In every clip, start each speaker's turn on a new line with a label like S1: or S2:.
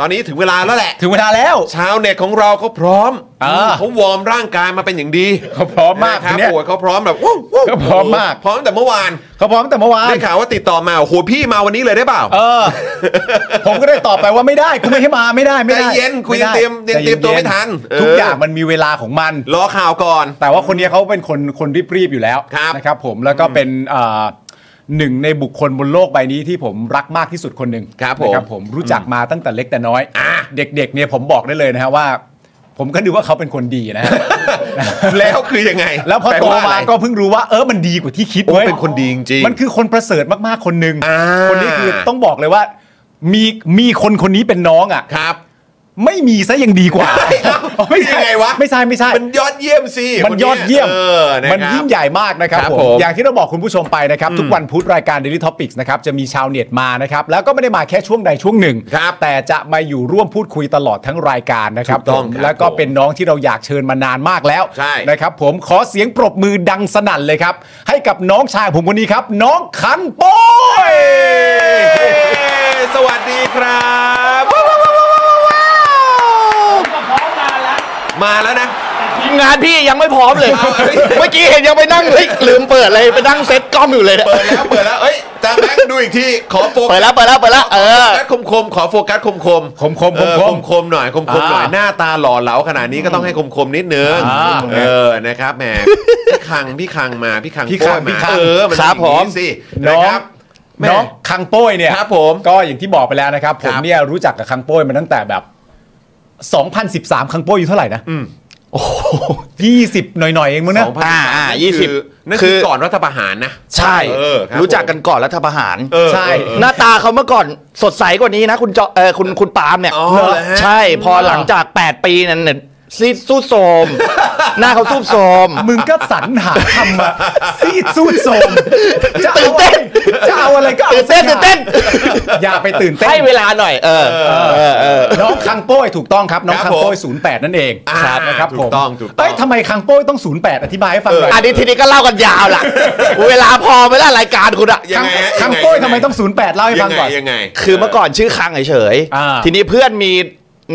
S1: ตอนนี้ถึงเวลาแล้วแหละ
S2: ถึงเวลาแล้ว
S1: ชาวเน็ตของเราเขาพร้อม
S2: เออ
S1: เขาวอร์มร่างกายมาเป็นอย่างดี
S2: เขาพร้อมมาก
S1: นะค
S2: ค
S1: รั
S2: น
S1: บ
S2: เนี้ย
S1: โอ้ยเขาพร้อมแบบวู้วู้
S2: เขาพร้อมมาก
S1: พร้อมแต่เมื่อวาน
S2: เขาพร้อมตั้งแต่เมื่อวาน
S1: ได้ข่าวว่าติดต่อมาโอ้โหพี่มาวันนี้เลยได้เปล่า
S2: เออ ผมก็ได้ตอบไปว่าไม่ได้กูไม่ให้มาไม่ได้ไม่
S1: ใจ
S2: ได้
S1: เย็นคุย
S2: ไได้
S1: เตรียมเตรียม
S2: ใจ
S1: เตรี
S2: ย็
S1: ยมตัวไม่ทันเ
S2: ทุกอย่างมันมีเวลาของมัน
S1: รอข่าวก่อน
S2: แต่ว่าคนเนี้ยเขาเป็นคนคนรีบๆอยู่แล้ว
S1: ครับ
S2: นะครับผมแล้วก็เป็นเอ่อหนึ่งในบุคคลบนโลกใบนี้ที่ผมรักมากที่สุดคนหนึ่ง
S1: ครับผม
S2: นะครับผมรู้จักมาตั้งแต่เล็กแต่น้อยเด็กๆเนี่ยผมบอกได้เลยนะฮะว่า ผมก็ดูว่าเขาเป็นคนดีนะฮะ
S1: แล้วคือยังไง
S2: แล้วพอโต
S1: ปะ
S2: มา
S1: ไร
S2: ก็เพิ่งรู้ว่าเออมันดีกว่าที่คิด
S1: โอ้
S2: เว้ย
S1: เป็นคนดีจริงๆ
S2: มันคือคนประเสริฐมากๆคนหนึ่ง
S1: อ่า
S2: คนนี้คือต้องบอกเลยว่า มีมีคนคนนี้เป็นน้องอ่ะ
S1: ครับ
S2: ไม่มีซะยังดีกว่า
S1: เอ้ายังไงวะ
S2: ไม่ใช่ไม่ใช่
S1: มันยอดเยี่ยมสิ
S2: มันยอดเยี่ยม
S1: เออนะครับ
S2: มันยิ่งใหญ่มากนะครับ
S1: ครับ
S2: ผ
S1: ผม ม
S2: อย่างที่เราบอกคุณผู้ชมไปนะครับ ทุกวันพุธรายการ Daily Topics นะครับ จะมีชาวเน็ตมานะครับ แล้วก็ไม่ได้มาแค่ช่วงใดช่วงหนึ่ง
S1: ครับ
S2: แต่จะมาอยู่ร่วมพูดคุยตลอดทั้งรายการนะครับ
S1: ถูกต้อง
S2: ผม
S1: ครับ
S2: แล้วก็เป็นน้องที่เราอยากเชิญมานานมากแล้ว
S1: ใช่
S2: นะครับผมขอเสียงปรบมือดังสนั่นเลยครับ ให้กับน้องชายผมคนนี้ครับ น้องคันโป้ย
S1: เย้สวัสดีครับมาแล้วนะ
S3: ทีมงานพี่ยังไม่พร้อมเลย
S1: เอาเลย
S3: เมื่อกี้เห็นยังไปนั่งเฮ้ยลืมเปิดเลยไปนั่งเซ็ตกล้องอยู่เลยเนี่ย
S1: เปิดแล้วเปิดแล้วเอ้ยจามแบงค์ดูอีกทีขอโฟ
S3: เปิด
S1: กัส
S3: แล้วเปิดแล้วเปิดแล้วเออ
S1: คมคมๆขอโฟกัสคมคม
S2: คมคม
S1: เอ
S2: คม
S1: อ
S2: ค
S1: ค
S2: ม
S1: มคมๆหน่อยคมคมๆหน่อย
S2: อ่า
S1: หน้าตาหล่อเหลาขนาดนี้ก็ต้องให้คมคมๆนิดนึง
S2: อ่า
S1: เออนะครับแหมพี่คังพี่คังมาพี่คัง
S2: พี่คั
S1: โป้
S2: ง
S1: ยมา
S2: พี่คัง
S1: เออมัน
S3: ครับ
S1: ต้องอย่าง
S3: ผม
S1: นี้สิ
S2: น้
S1: นะ
S2: อ
S1: ค
S2: ง
S1: รับแหม่
S2: น้องคังโป้ยเนี่ย
S1: ครับผม
S2: ก็อย่างที่บอกไปแล้วนะครับ ผมเนี่ยรู้จักกับคังโป้ยมาตั้งแต่แบบ 2013 คังโป้ยอยู่เท่าไหร่นะโอ้โห20 หน่อยๆเองมั้งนะ
S1: สองพัน
S3: อ่าอ่า
S1: นั่น
S3: ยี่สิบ
S1: คือนั่น
S3: คื
S1: คือ
S3: อ
S1: ก่อนรัฐประหารนะ
S3: ใช่
S1: เออคบ
S3: รู้จักกันก่อนรัฐประหาร
S1: เออ
S2: ใช่
S1: เออ
S3: หน้าตาเขาเมื่อก่อนสดใสกว่านี้นะ คุณจอเออคุณคุณปาล์มเนี่ย
S1: อ๋อเหรอฮะ
S3: ใช่พอหลังจาก 8 ปีนั้นเนี่ยซีดซูดโทร ม หน้าเขาซูดโทรม
S2: มึงก็สรรหาคำมา ซีดซูดโสมจะอาอะไร
S3: ตื่นเต้น
S2: จะเอาอะไรก็เอา
S3: ตื่นเต้นตื่นเต้น
S2: อย่าไปตื่นเต้น
S3: ให้เวลาหน่อย เออ เออเออ
S2: น้องคังโป้ยถูกต้องครับ น้อง
S1: ครับ
S2: คังโป้ย
S1: ผม
S2: 08 นั่นเอง
S1: อ่า
S2: ครับนะครับผม
S1: ถูกต้องถูกต้อง
S2: เอ้ยทำไมคังโป้ยต้อง 08 อธิบายให้ฟังหน่อย
S3: อันนี้ทีนี้ก็เล่ากันยาวล่ะ เวลาพอไหมล่ะรายการคุณอะ
S1: ยังไงฮะ
S2: คั
S1: ยัง ไ
S2: โป้ยทำไมต้อง 08 เล่าให้ฟังก่อน
S1: ยังไง
S3: คือเมื่อก่อนชื่อคังเฉยๆ
S2: อ่า
S3: ทีนี้เพื่อนมี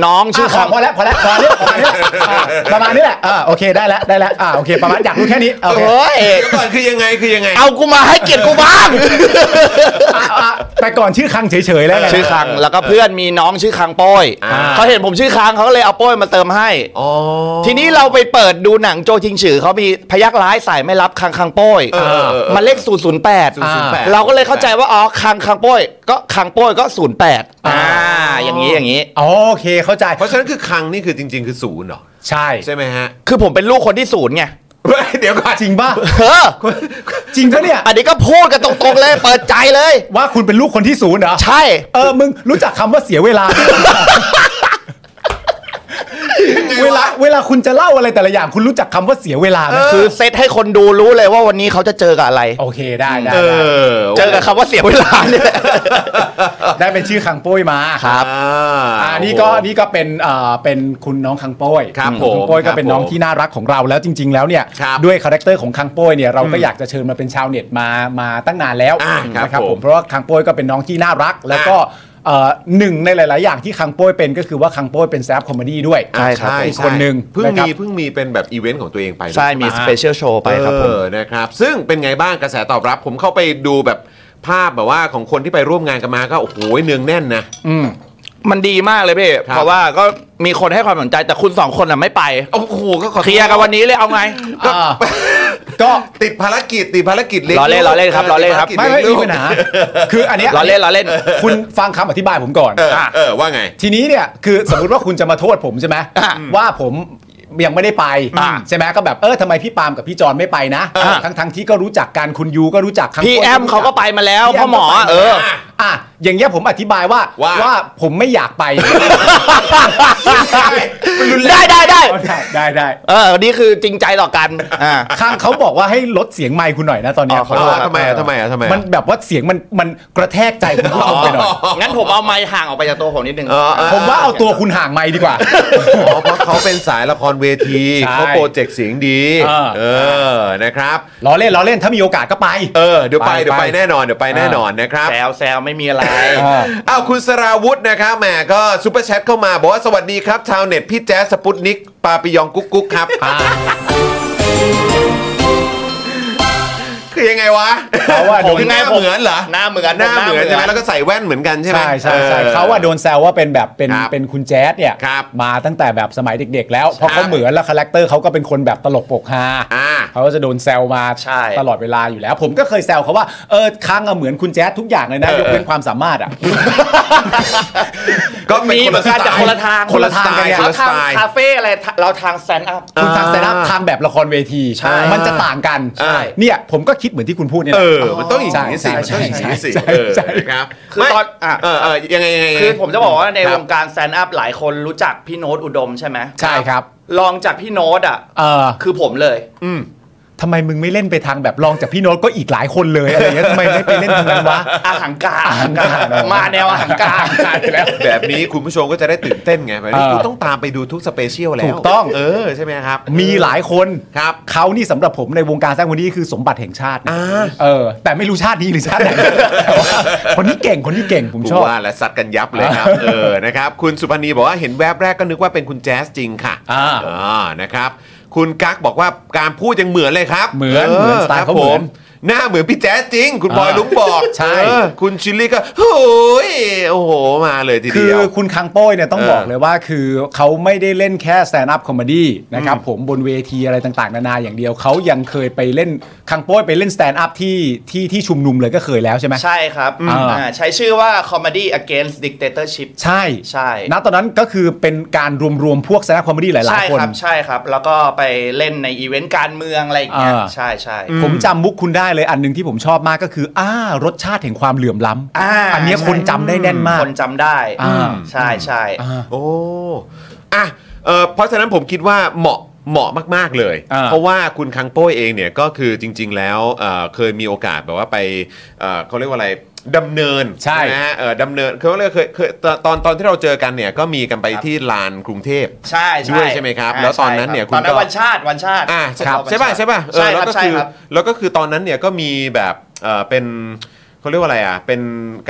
S3: น้อง
S2: ชื่
S3: ชื่อ
S2: อ
S3: คั
S2: คั
S3: ง
S2: งพอแล้วพอแล้วพอแล้วพอ แล้วอ่ะประมาณนี้แหละอ่าโอเคได้แล้วได้แล้วอ่าโอเค ประมาณอยากรู้แค่นี้โอเค
S3: โอ้ย
S1: เดี๋ยวก่อนคือยังไงคือยังไง
S3: เอากูมาให้เกียรติกูบ้าง
S2: อ่ะอ่ะแต่ก่อนชื่อคังเฉยๆแล้วไง
S3: ชื่อคังแล้วก็เพื่อนมีน้องชื่อคังโป้ย
S1: อ่า
S3: เขาเห็นผมชื่อคังเขาก็เลยเอาโป้ยมาเติมให้
S1: อ๋อ
S3: ทีนี้เราไปเปิดดูหนังโจชิงฉือเขามีพยักร้ายสายไม่รับคังคังโป้ย
S1: เออเออเออ
S3: มันเลข
S2: อ่า
S3: 008 เราก็เลยเข้าใจว่าอ๋อคังคังโป้ยก็คังโป้ยก็08อ่าอย่างนี้อย่างนี้
S2: อ๋อโอเคเข้าใจ
S1: เพราะฉะนั้นคือคังนี่คือจริง ๆ คือศูนย์เหรอ
S2: ใช่
S1: ใช่ไหมฮะ
S3: คือผมเป็นลูกคนที่ศูนย์ไง
S1: เดี๋ยวก่อน
S2: จริงป่ะ
S3: เออ
S2: จริงปะเนี่ย
S3: อันนี้ก็พูดกันตรงๆเลย เปิดใจเลย
S2: ว่าคุณเป็นลูกคนที่ศูนย์เหรอ
S3: ใช่
S2: เออ มึงรู้จักคำว่าเสียเวลา เวลา เวลาคุณจะเล่าอะไรแต่ละอย่าง คุณรู้จักคำว่าเสียเวลาไหม
S3: คือเซตให้คนดูรู้เลยว่าวันนี้เขาจะเจอกับอะไร
S2: โอเคได้ได้
S1: เอ
S2: ได้
S1: อ
S3: เจอกับคำว่าเสียเวลาเนี่ย
S2: ได้เป็นชื่อคังโป้ยมา
S3: ครับ
S1: อ่า
S2: อ่านี่ก็นี่ก็เป็นเอ่อเป็นคุณน้องคังโป้ย
S1: ครับ
S2: ณ
S1: ผม
S2: งโป้ย
S1: ครั
S2: ก็
S1: บ
S2: เป็นน้องที่น่ารักของเราแล้วจริง ๆ แล้วเนี่ย
S1: ครับ
S2: ด้วยคาแรคเตอร์ของคังโป้ยเนี่ยเราก็อยากจะเชิญมาเป็นชาวเน็ตมามาตั้งนานแล้ว
S1: อ่าครับ
S2: นะครับ
S1: ผม
S2: ผมเพราะว่าคังโป้ยก็เป็นน้องที่น่ารัก แล้วก็เอ่อหนึ่งในหลาย ๆ อย่างที่คังโป้ยเป็นก็คือว่าคังโป้ยเป็นแซฟคอมเมดี้ด้วย
S3: ใช่ครับ
S1: า
S2: อีกคนหนึ่ง
S1: เพิ่ง
S2: นะครับ
S1: มีเพิ่งมีเป็นแบบอีเวนต์ของตัวเองไป
S3: ใช่ มีสเปเชียลโชว์ไปครับผม
S1: เออนะครับ ซึ่งเป็นไงบ้างกระแสตอบรับ ผมเข้าไปดูแบบภาพแบบว่าของคนที่ไปร่วมงานกันมาก็โอ้โหเนืองแน่นนะ
S2: อืม
S3: มันดีมากเลยพี่
S1: ครับ
S3: เพราะว่าก็มีคนให้ความสนใจแต่คุณสองคนน่ะไม่ไป
S1: โอ้โหก็ขอโทษ
S3: เคลียร์กันวันนี้เลยเอาไง
S2: ก็ก็
S1: ติดภารกิจติดภารกิจยง
S3: ล้อเล่นล้อเล่นครับล้อเล่นครับ
S1: ติด
S2: ไม่
S1: ภาร
S2: ไม่
S1: กิจเลี้ยง
S2: มี
S1: ลูก
S2: ปัญหาคืออันเนี้ย
S3: ล้อเล่นล้อเล่น
S2: คุณฟังคำอธิบายผมก่อน
S1: เออเออว่าไง
S2: ทีนี้เนี่ยคือสมมุติว่าคุณจะมาโทษผมใช่ไหม
S3: อ่ะ
S2: ว่าผมยังไม่ได้ไป
S3: อ่ะ
S2: ใช่ไหมก็แบบเออทำไมพี่ปาล์มกับพี่จอนไม่ไปนะ
S3: อ่ะ
S2: ทั้งทั้งที่ก็รู้จักกันคุณยูก็รู้จักคัง
S3: พี่
S2: โป้ย
S3: แอมเขาก็ไปมาแล้ว
S2: พี่แ
S3: พ่อหมอ
S2: ก็ไป
S3: เออ
S2: อ่ะอย่างเงี้ยผมอธิบายว่า
S1: ว่า
S2: ผมไม่อยากไป
S3: ได้ได้ได้
S2: ได้ได้ได้
S3: เออวันนี้คือจริงใจต่อกันอ่า
S2: ข้างเขาบอกว่าให้ลดเสียงไมค์คุณหน่อยนะตอนเนี้ย
S3: อ๋อขอโทษ
S1: อ่าทำไมอ่ะทำไมอ่ะทำไมอ่ะ
S2: มันแบบว่าเสียงมันมันกระแทกใจคุณผู้ชมไปหน่อย
S3: งั้นผมเอาไม้ห่างออกไปจากตัวผมนิดนึง
S1: เออเอ
S2: ผมว่าเอาตัวคุณห่างไมค์ดีกว่า
S1: อ๋อเพราะเขาเป็นสายละครเวที
S2: ใช่
S1: เขาโปรเจกต์เสียงดี
S2: เออ
S1: เออนะครับ
S2: ล้อเล่นล้อเล่นถ้ามีโอกาสก็ไป
S1: เออเดี๋ยวไป
S2: ไป
S1: เดี๋ยวไป
S2: ไป
S1: แน่นอนเดี๋ยวไปแน่นอนนะครับ
S3: แซวแซวไม่ ไม่มีอะไร
S2: อ่า
S1: อ้าวคุณสราวุธนะครับแหมก็ซุปเปอร์แชทเข้ามา บอกว่าสวัสดีครับ ชาวเน็ตพี่แจ๊สสปุตนิกปาปิยองกุ๊กกุ๊กครับ คือยังไงวะ
S2: เขาอะโดน
S1: คือหน้าเหมือนเหรอ
S3: หน้าเหมือน
S1: หน้าเหมือน
S3: ผมหน้าเหมือน
S1: ใช่ไหมแล้วก็ใส่แว่นเหมือนกันใช่ไหม
S2: ใช่ใช่ใช่เขาอะโดนแซวว่าเป็นแบบเป็น
S1: ครับ
S2: เป็นคุณแจ๊ดเนี่ย
S1: ครับ
S2: มาตั้งแต่แบบสมัยเด็ก ๆ แล้วเพราะ
S1: ใช่
S2: เขาเหมือนแล้วคาแรคเตอร์เขาก็เป็นคนแบบตลกปกฮา
S1: อ่า
S2: เขาก็จะโดนแซวมา
S3: ใช่
S2: ตลอดเวลาอยู่แล้ว ผมก็เคยแซวเขาว่าเออค้างอะเหมือนคุณแจ๊ดทุกอย่างเลยนะ
S1: เออ
S2: ยกเว้นความสามารถ อะ
S1: ก็เป็
S3: มีเหมือนกันแต่คนละทาง
S1: คนละสไตล์
S2: คนละทา
S1: คนละสไต
S2: งกันไง
S3: เขาทาง
S1: ล์
S3: คาเฟ่อะไรเราทางแซนด์อัพ
S2: คุณทางแซนด์อัพ
S1: อ่า
S2: ทางแบบละครเวที
S1: ใช่
S2: มันจะต่างกัน
S1: ใช่
S2: เนี่ยผมก็คิดเหมือนที่คุณพูดเนี่ยแห
S1: เอ
S2: ละ
S1: อ มันต้องอย่างนี้สิมันต้
S2: ใช่
S1: องอย่าง
S2: ใช่
S1: นี้สิ
S2: ใช่
S1: เออ
S2: ใช่
S1: นะครับ
S3: คือตอน
S1: ไม่
S3: อ่ะ
S1: เออเออยังไงยังไงยังไง
S3: คือผมจะบอกว่าใน
S1: ครั
S3: ว
S1: บ
S3: งการแซนด์อัพหลายคนรู้จักพี่โน้ตอุดมใช่ไหม
S2: ใช่ครับ
S3: ลองจากพี่โน้ตอ่ะ
S2: เออ
S3: คือผม เลย
S1: อืม
S2: ทำไมมึงไม่เล่นไปทางแบบลองจากพี่โน้ตก็อีกหลายคนเลยอะไรเงี้ยทำไมไม่ไปเล่นทางนั้นวะ
S3: อาหังการ
S2: อาหังการ
S3: มาแนวอาหังการ
S1: แบบนี้คุณผู้ชมก็จะได้ตื่นเต้นไงแบบนี้
S2: เออ
S1: คุณต้องตามไปดูทุกสเปเชียลแล้ว
S2: ถูกต้อง
S1: เออใช่ไหมครับ
S2: มีหลายคน
S1: ครับ
S2: เขานี่สำหรับผมในวงการสร้างคนนี้คือสมบัติแห่งชาตินะ
S1: อ่า
S2: เออ แต่ไม่รู้ชาตินี้หรือชาติไหนแต่ว่าคนนี้เก่งคนนี้เก่งผม
S1: กู
S2: ชอบ
S1: ว่าและซัดกันยับเลยครับ เออนะครับ คุณสุพนีบอกว่าเห็นแวบแรกก็นึกว่าเป็นคุณแจ๊สจริงค่ะ
S2: อ่า
S1: นะครับ คุณกั๊กบอกว่าการพูดยังเหมือนเลยครับ
S2: เหมือนเหมือนสไตล์เขาเหมือ
S1: ครับ
S2: น
S1: ผหน้าเหมือนพี่แจ๊สจริง คุณบอย
S2: อ่า
S1: ลุงบอก
S2: ใช่
S1: เออคุณชิลลี่ก็โอ้ยโอ้โหมาเลยที
S2: คื
S1: เดีย
S2: อ
S1: ว
S2: คุณคังโป้ยเนี่ยต้อง
S1: เออ
S2: บอกเลยว่าคือเขาไม่ได้เล่นแค่สแตนด์อัพคอมเมดี้นะครับผมบนเวทีอะไรต่างๆ นานาอย่างเดียว เขายังเคยไปเล่นคังโป้ยไปเล่นสแตนด์อัพที่ที่ที่ชุมนุมเลยก็เคยแล้วใช่ไหม
S3: ใช่ครับ
S2: อ่า
S3: อ่าใช้ชื่อว่า comedy against dictatorship
S2: ใช่
S3: ใช่
S2: ณตอนนั้นก็คือเป็นการรวมๆพวกสแตนด์อัพคอมเมดี้หลา
S3: ใช่
S2: ยๆคน
S3: ครับใช่ครับ แล้วก็ไปเล่นในอีเวนต์การเมืองอะไรอย่างเงี้ย
S2: อ่า
S3: ใช่ใช่
S2: ผมจำมุกคุณได้เลยอันหนึ่งที่ผมชอบมากก็คืออ้ารสชาติแห่งความเหลื่อมล้ำ
S3: อ่า
S2: นเนี้ยคนจำได้แน่นมาก
S3: คนจำได้
S2: อ่า
S3: ใช่ใช่
S2: อ่า
S1: โอ้อะเอ่อเพราะฉะนั้นผมคิดว่าเหมาะเหมาะมาก ๆ เลย
S2: อ่า
S1: เพราะว่าคุณคังโป้ยเองเนี่ยก็คือจริง ๆ แล้วเอ่อเคยมีโอกาสแบบว่าไปเอ่อเขาเรียกว่าอะไรดำเนิน
S2: ใช่
S1: ไหมฮะเอ่อดำเนินเขาเรียกเคยเคยตอนตอนตอนที่เราเจอกันเนี่ยก็มีกันไป
S3: ครับ
S1: ที่ลานกรุงเทพ
S3: ใช่ใช่
S1: ด้วยใช่ไหมครับ
S3: า
S1: แล้วตอนนั้นเนี่ย
S3: ใช่
S1: คุณ
S3: รับตอนนั้
S1: ก็
S3: นวันชาติวันชาติ
S1: อ่า
S3: ครับ
S1: ใช่ป่ะใช่ป่ะเออ
S3: ใช่ค
S1: แล้
S3: รั
S1: ว
S3: บ
S1: ก็
S3: ใช่
S1: คือ
S3: ครับ
S1: แล้วก็คือตอนนั้นเนี่ยก็มีแบบเออเป็นเขาเรียกว่าอะไรอ่ะเป็น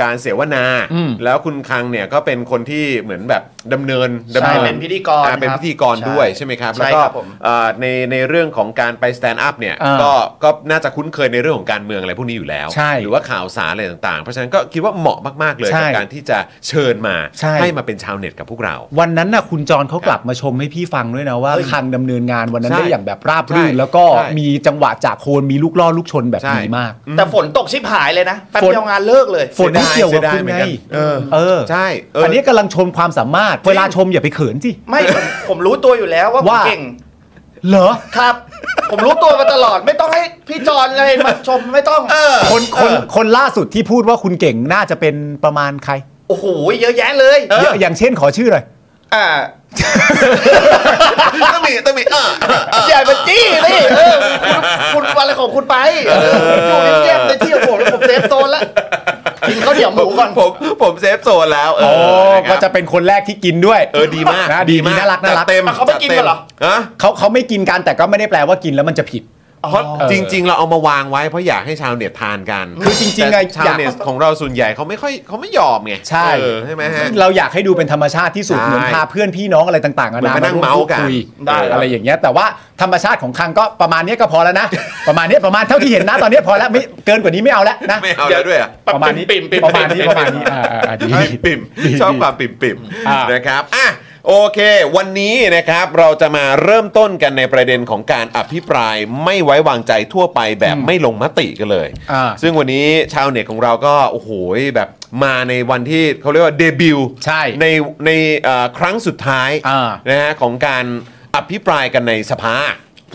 S1: การเสวนา
S2: อืม
S1: แล้วคุณคังเนี่ยก็เป็นคนที่เหมือนแบบดำเนิน
S3: ใช่
S1: ดำเนิน
S3: เป็นพิธีกร
S1: อ่าเป็น
S3: ครับ
S1: พิธีกรด้วย
S3: ใช่
S1: ใช่ไหมครับ
S3: ใช่
S1: แล้วก็
S3: ครับผม
S1: เอ่อในในเรื่องของการไปสแตนด์อัพเนี่ย
S2: อ่า
S1: ก็ก็น่าจะคุ้นเคยในเรื่องของการเมืองอะไรพวกนี้อยู่แล้ว
S2: ใช่
S1: หรือว่าข่าวสารอะไรต่างๆ เพราะฉะนั้นก็คิดว่าเหมาะมากๆเลย
S2: ใช่
S1: กับการที่จะเชิญมา
S2: ใช่
S1: มาเป็นชาวเน็ตกับพวกเรา
S2: วันนั้นน่ะคุณจรเขากลับมาชมให้พี่ฟังด้วยนะว่าคังดำเนินงานวันนั้น
S1: ใช่
S2: ได้อย่างแบบราบรื่น
S1: ใช่
S2: แล้วก็
S1: ใช่
S2: มีจังหวะจากโคนมีลูกล่อลูกชนแบบ
S1: ใช่
S2: ดีมาก
S3: แต่ฝนตกชิบหายเลยนะแป๊บ
S2: ฝน
S3: เดียวงานเลิกเลย
S2: ฝนไม่เกี่ยวกับคุณไง
S1: เออ
S2: เออ
S1: ใช่เ
S2: อันนี้กำลังชมความสามารถ เวลาชมอย่าไปเขินสิ
S3: ไม่ผมผมรู้ตัวอยู่แล้วว่าผม
S2: ว่า
S3: เก่ง
S2: เหรอ
S3: ครับ ผมรู้ตัวมาตลอดไม่ต้องให้พี่จอนอะไรมาชมไม่ต้อง
S2: คนคนคนล่าสุดที่พูดว่าคุณเก่งน่าจะเป็นประมาณใคร
S3: โอ้โหเยอะแยะเลย
S2: เยอะอย่างเช่นขอชื่อหน่อย
S3: อ่า
S1: ต้องมีต้องมีเออ
S3: อย่ามาจี้นี่เออคุณคุณอะไรของคุณไปเอออยู่ในเกมในที่ของผมแล้วผมเซฟโซนละกินข้าวเหนียวหมูก่อน
S1: ผมผมเซฟโซนแล้วเอ
S2: โอ้
S1: อ
S2: ก็
S1: นค
S2: จะ
S1: รับ
S2: เป็นคนแรกที่กินด้วย
S1: เออดีมาก
S2: นะดีดีน่ารักน่ารัก
S1: จัดเต็ม
S3: อ่ะเขาไม่กินกันเหรอ
S1: จัดต็มฮะ
S2: เขาเขาไม่กินกันแต่ก็ไม่ได้แปลว่ากินแล้วมันจะผิด
S1: เพราะ
S2: เออ
S1: จริง ๆ เราเอามาวางไว้เพราะอยากให้ชาวเน็ตทานกัน
S2: คือจริงๆ
S1: แต่
S2: อะ
S1: ชาวเน็
S2: อ
S1: ต
S2: ยาก
S1: ของเราส่วนใหญ่เขาไม่ค่อยเขาไม่ยอมไง
S2: ใช่
S1: เออใช่ไหมฮะ
S2: เราอยากให้ดูเป็นธรรมชาติที่สุด
S1: ใช่
S2: เหมือนพาเพื่อนพี่น้องอะไรต่างๆ
S1: เหมือน
S2: นาาน
S1: มานั่งเมาส์กัน
S2: คุย
S1: ได้ครับ
S2: อะไรอย่างเงี้ยแต่ว่าธรรมชาติของคังก็ประมาณเนี้ยก็พอ แล้วนะ ประมาณเนี้ยประมาณเท่าที่เห็นนะตอนเนี้ยพอแล้วไม่เกินกว่านี้ไม่เอาแล้วนะ
S1: ไม่เอาแล้วด้วยอะ
S2: ประมาณนี้
S3: ปิ่มๆปิ่มๆ
S2: ประมาณนี้ประมาณนี้อ่าอ่าอ่าดี
S1: ปิ่มปิ่มชอบความปิ่มปิ่ม
S2: อ่าน
S1: นะครับอ่ะโอเค วันนี้นะครับเราจะมาเริ่มต้นกันในประเด็นของการอภิปรายไม่ไว้วางใจทั่วไปแบบไม่ลงมติกันเลย
S2: อ่า
S1: ซึ่งวันนี้ชาวเน็ตของเราก็ โอ้โหแบบมาในวันที่เขาเรียกว่าเดบิวต์
S2: ใช่
S1: ในในเอ่อครั้งสุดท้าย
S2: อ่า
S1: นะฮะของการอภิปรายกันในสภา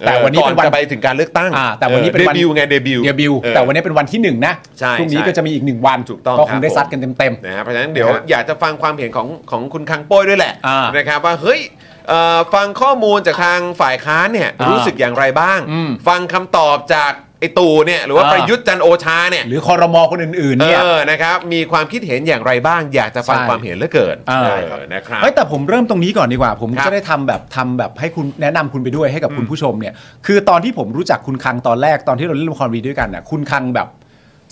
S2: แต่วันนี้
S1: ก่อ
S2: เป็น นวัน
S1: จะไปถึงการเลือกตั้ง
S2: อ่าแต่วันนี้เป็น
S1: เด
S2: วัน
S1: บิวต์ไงเดบิวต์
S2: เดบิวต์
S1: ออ
S2: แต่วันนี้เป็นวันที่หนึ่งนะ
S1: ใช่
S2: พรุ่งนี้
S1: ใช่
S2: ก็จะมีอีกหนึ่งวัน
S1: ถูกต้อง
S2: ก็คงได้
S1: รับ
S2: ซัดกันเต็ม
S1: นะฮะเพราะฉะนั้นเดี๋ยว
S2: นะฮะ
S1: อยากจะฟังความเห็นของของคุณคังโป้ยด้วยแหละ
S2: อ่า
S1: นะครับว่าเฮ้ยเอ่อฟังข้อมูลจากทางฝ่ายค้านเนี่ย
S2: อ่ารู้
S1: รู้สึกอย่างไรบ้าง
S2: อืม
S1: ฟังคำตอบจากไอตู่เนี่ยหรือว่า
S2: อ่า
S1: ประยุทธ์จันทร์โอชาเนี่ย
S2: ๆ หรือคอรมอคนอื่นๆเนี่ย
S1: เออ นะครับ มีความคิดเห็นอย่างไรบ้าง อยากจะฟัง
S2: ใช่
S1: ความเห็นเหลือเกิน
S2: เออ
S1: เออนะครับ
S2: เฮ้ยแต่ผมเริ่มตรงนี้ก่อนดีกว่า ผม
S1: ครับ
S2: จะได้ทำแบบทำแบบให้คุณแนะนำคุณไปด้วยให้กับคุณผู้ชมเนี่ย คือตอนที่ผมรู้จักคุณคังตอนแรกตอนที่เราเล่นละครวีด้วยกันน่ะคุณคังแบบ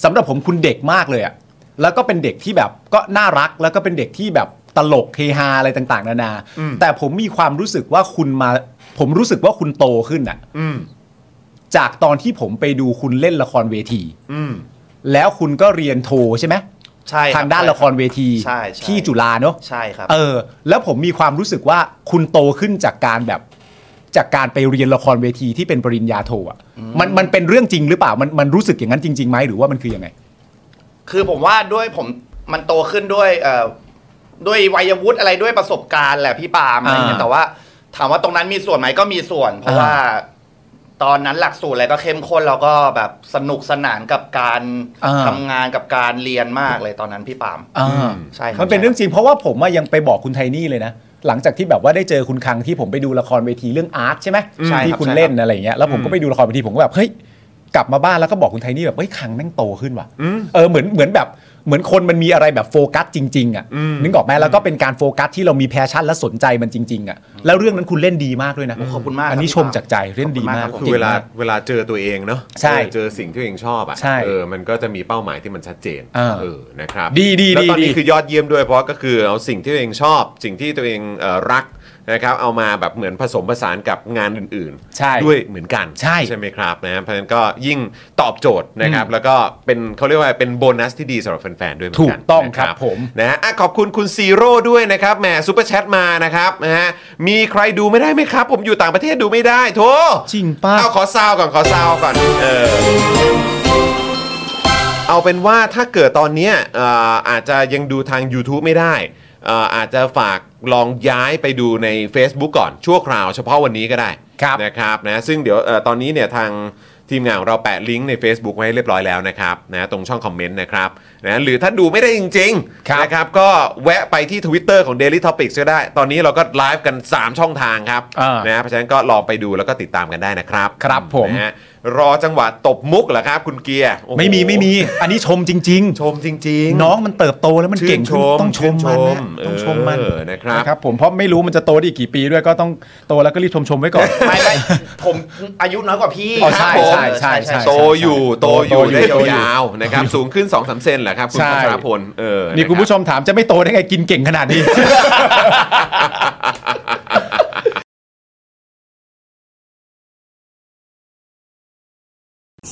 S2: สำหรับผมคุณเด็กมากเลยอ่ะ แล้วก็เป็นเด็กที่แบบก็น่ารักแล้วก็เป็นเด็กที่แบบตลกเฮฮาอะไรต่างๆ นานา แต่ผมมีความรู้สึกว่าคุณมา ผมรู้สึกว่าคุณโตขึ้นอ่ะจากตอนที่ผมไปดูคุณเล่นละครเวที
S1: อืม
S2: แล้วคุณก็เรียนโทใช่ไหม
S3: ใช่รับ
S2: ทางด้านละครเวที
S3: ใช่ใช่
S2: ที่จุฬาเนอะ
S3: ใช่ครับ
S2: เออ แล้วผมมีความรู้สึกว่าคุณโตขึ้นจากการแบบ จากการไปเรียนละครเวทีที่เป็นปริญญาโทอ่ะมันมันเป็นเรื่องจริงหรือเปล่ามันมันรู้สึกอย่างนั้นจริงๆไหมหรือว่ามันคือยังไง
S3: คือผมว่าด้วยผมมันโตขึ้นด้วยเอ่อด้วยวัยวุฒิอะไรด้วยประสบการณ์แหละพี่ปาล์มอะไรเงี้ย
S2: อ่า
S3: แต่ว่า ถามว่าตรงนั้นมีส่วนไหมก็มีส่วน เพราะ
S2: อ่า
S3: ว่าตอนนั้นหลักสูตรอะไรก็เข้มข้นแล้วก็แบบสนุกสนานกับการทำงานกับการเรียนมากเลยตอนนั้นพี่ปาล์ม
S2: อ่า
S3: ใช่ครับ
S2: มันเป็นเรื่องจริงเพราะว่าผมอะยังไปบอกคุณไทนี่เลยนะ หลังจากที่แบบว่าได้เจอคุณคังที่ผมไปดูละครเวทีเรื่องอาร์ตใช่ไหม
S3: ใช่ครับ
S2: ที่คุณ
S3: ใช่ครับ
S2: เล่นอะไรอย่างเงี้ยแล้วผมก็ไปดูละครเวทีผมก็แบบเฮ้ยกลับมาบ้านแล้วก็บอกคุณไทนี่แบบเฮ้ยคังแม่งโตขึ้นว่ะเออเหมือนเหมือนแบบเหมือนคนมันมีอะไรแบบโฟกัสจริง ๆอ่ะนึกออกไหมแล้วก็เป็นการโฟกัสที่เรามีแพชชั่นและสนใจมันจริงๆอ่ะแล้วเรื่องนั้นคุณเล่นดีมากด้วยนะ
S3: ขอบคุณมากครับ
S2: อันนี้
S3: พี่
S2: ชมจากใจเล่นดีมาก
S3: ขบณรับ
S1: คือเวลาเวลาเจอตัวเองเนาะ
S2: ใช่
S1: เออเจอสิ่งที่ตัวเองชอบอ่ะ
S2: ใช่
S1: เออมันก็จะมีเป้าหมายที่มันชัดเจน
S2: เออ
S1: เออนะครับ
S2: ดีดี
S1: แล้วตอน
S2: ดี
S1: นี้
S2: ดี
S1: คือยอดเยี่ยมด้วยเพราะก็คือเอาสิ่งที่ตัวเองชอบ สิ่งที่ตัวเองเอ่อรักนะครับ เอามาแบบเหมือนผสมผสานกับงานอื่น
S2: ใช่
S1: ด้วยเหมือนกัน
S2: ใช่
S1: ใช่ไหมครับนะเพราะฉะนั้นก็ยิ่งตอบโจทย์นะครับ แล้วก็เป็นเขาเรียกว่าเป็นโบนัสที่ดีสำหรับแฟนๆด้วยเหมือนกัน
S2: ถูกต้อง
S1: นะครับ
S2: ผม
S1: นะฮะอ่ะขอบคุณคุณซีโร่ด้วยนะครับแหมซูเปอร์แชทมานะครับนะฮะมีใครดูไม่ได้ไหมครับ ผมอยู่ต่างประเทศดูไม่ได้โถ
S2: จริงป่ะ
S1: เอาขอซาวก่อน ขอซาวก่อน เออ เอาเป็นว่าถ้าเกิดตอนเนี้ยเอ่ออาจจะยังดูทาง YouTube ไม่ได้เอ่ออาจจะฝากลองย้ายไปดูใน Facebook ก่อน ชั่วคราวเฉพาะวันนี้ก็ได้
S2: ครับ
S1: นะครับนะซึ่งเดี๋ยวเอ่อตอนนี้เนี่ยทางทีมงานของเราแปะลิงก์ใน Facebook ไว้ให้เรียบร้อยแล้วนะครับนะตรงช่องคอมเมนต์นะครับนะหรือถ้าดูไม่ได้จริงๆนะครับก็แวะไปที่ Twitter ของ Daily Topics ก็ได้ ตอนนี้เราก็ไลฟ์กัน 3 ช่องทางครับ
S2: อ่าน
S1: นะเพราะฉะนั้นก็ลองไปดูแล้วก็ติดตามกันได้นะครับ
S2: ครับผม
S1: นะฮะรอจังหวะตบมุกเหรอครับ คุณเกียร์โอ้โห
S2: ไม่มีไม่มี อันนี้ชมจริง ๆ
S1: ชมจริง ๆ
S2: น้องมันเติบโตแล้วมันเก่ง
S1: ชื่น
S2: ขึ้น
S1: ชม
S2: ต้องชมมันนะ
S1: ชื่นชม
S2: ต้องชมมัน
S1: เออนะครับ
S2: ผมเพราะไม่รู้มันจะโตได้อีกกี่ปีด้วยก็ต้องโตแล้วก็รีบชมชมๆไว้ก่อน
S3: ไม่ไม่ผมอายุน้อยกว่าพี่
S2: อ๋อใช่
S3: ครับผม
S2: ใช่ใช่ใช่
S1: โตอยู่โตอยู่
S2: โตอยู่
S1: ได้
S2: โตอยู่
S1: ยาวๆนะครับสูงขึ้น 2-3 เซนเหรอครับคุณ
S2: ใช่
S1: พัชรพลเออ
S2: นี่
S1: ะ
S2: คุณผู้ช
S1: รับ
S2: มถามจะไม่โตได้ไงกินเก่งขนาดนี้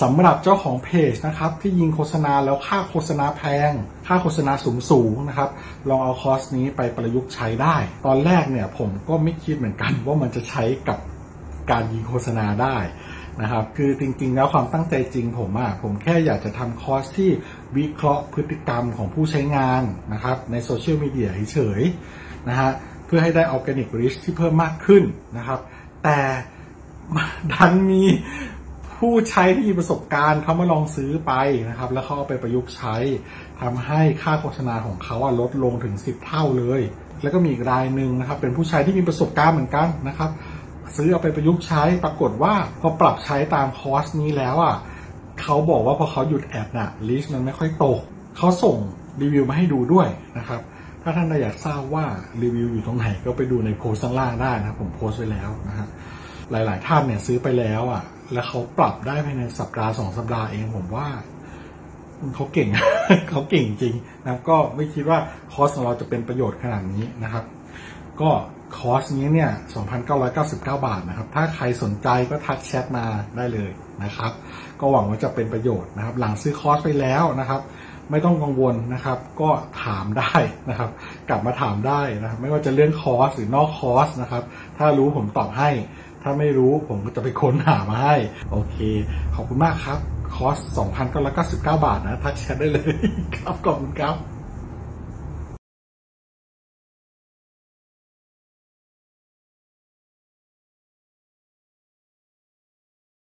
S4: สำหรับเจ้าของเพจนะครับที่ยิงโฆษณาแล้วค่าโฆษณาแพง ค่าโฆษณาสูงสูงๆนะครับ ลองเอาคอร์สนี้ไปประยุกต์ใช้ได้ ตอนแรกเนี่ยผมก็ไม่คิดเหมือนกัน ว่ามันจะใช้กับการยิงโฆษณาได้นะครับ คือจริงๆแล้วความตั้งใจจริงผมอะผมแค่อยากจะทำคอร์สที่วิเคราะห์พฤติกรรมของผู้ใช้งานนะครับในโซเชียลมีเดียเฉยๆนะฮะเพื่อให้ได้ออร์แกนิกริชที่เพิ่มมากขึ้นนะครับ แต่ ดันมี ผู้ใช้ที่มีประสบการณ์เขามาลองซื้อไปนะครับ แล้วเขาเอาไปประยุกต์ใช้ทำให้ค่าโฆษณาของเขาอะลดลงถึง 10 เท่าเลย แล้วก็มีอีกรายหนึ่งนะครับ เป็นผู้ใช้ที่มีประสบการณ์เหมือนกันนะครับ ซื้อเอาไปประยุกต์ใช้ปรากฏว่าพอปรับใช้ตามคอร์สนี้แล้วอ่ะเขาบอกว่าพอเขาหยุดแอดน่ะลิสต์มันไม่ค่อยตกเขาส่งรีวิวมาให้ดูด้วยนะครับ ถ้าท่านอยากทราบว่ารีวิวอยู่ตรงไหนก็ไปดูในโพสต์ข้างล่างได้นะครับผมโพสต์ไว้แล้วนะฮะ หลาย ๆ ท่านเนี่ยซื้อไปแล้วอ่ะ แล้วเขาปรับได้ภายในสัปดาห์สองสัปดาห์เองผมว่าเขาเก่ง เขาเก่งจริงนะครับก็ไม่คิดว่าคอร์สของเราจะเป็นประโยชน์ขนาดนี้นะครับ ก็คอร์สนี้เนี่ย 2,999 บาทนะครับ ถ้าใครสนใจก็ทักแชทมาได้เลยนะครับ ก็หวังว่าจะเป็นประโยชน์นะครับ หลังซื้อคอร์สไปแล้วนะครับ ไม่ต้องกังวลนะครับ ก็ถามได้นะครับ กลับมาถามได้นะครับ ไม่ว่าจะเรื่องคอร์สหรือนอกคอร์สนะครับ ถ้ารู้ผมตอบให้ ถ้าไม่รู้ผมก็จะไปค้นหามาให้ โอเค ขอบคุณมากครับ คอร์ส 2,999 บาทนะ ทักแชทได้เลย ครับ ขอบคุณครับ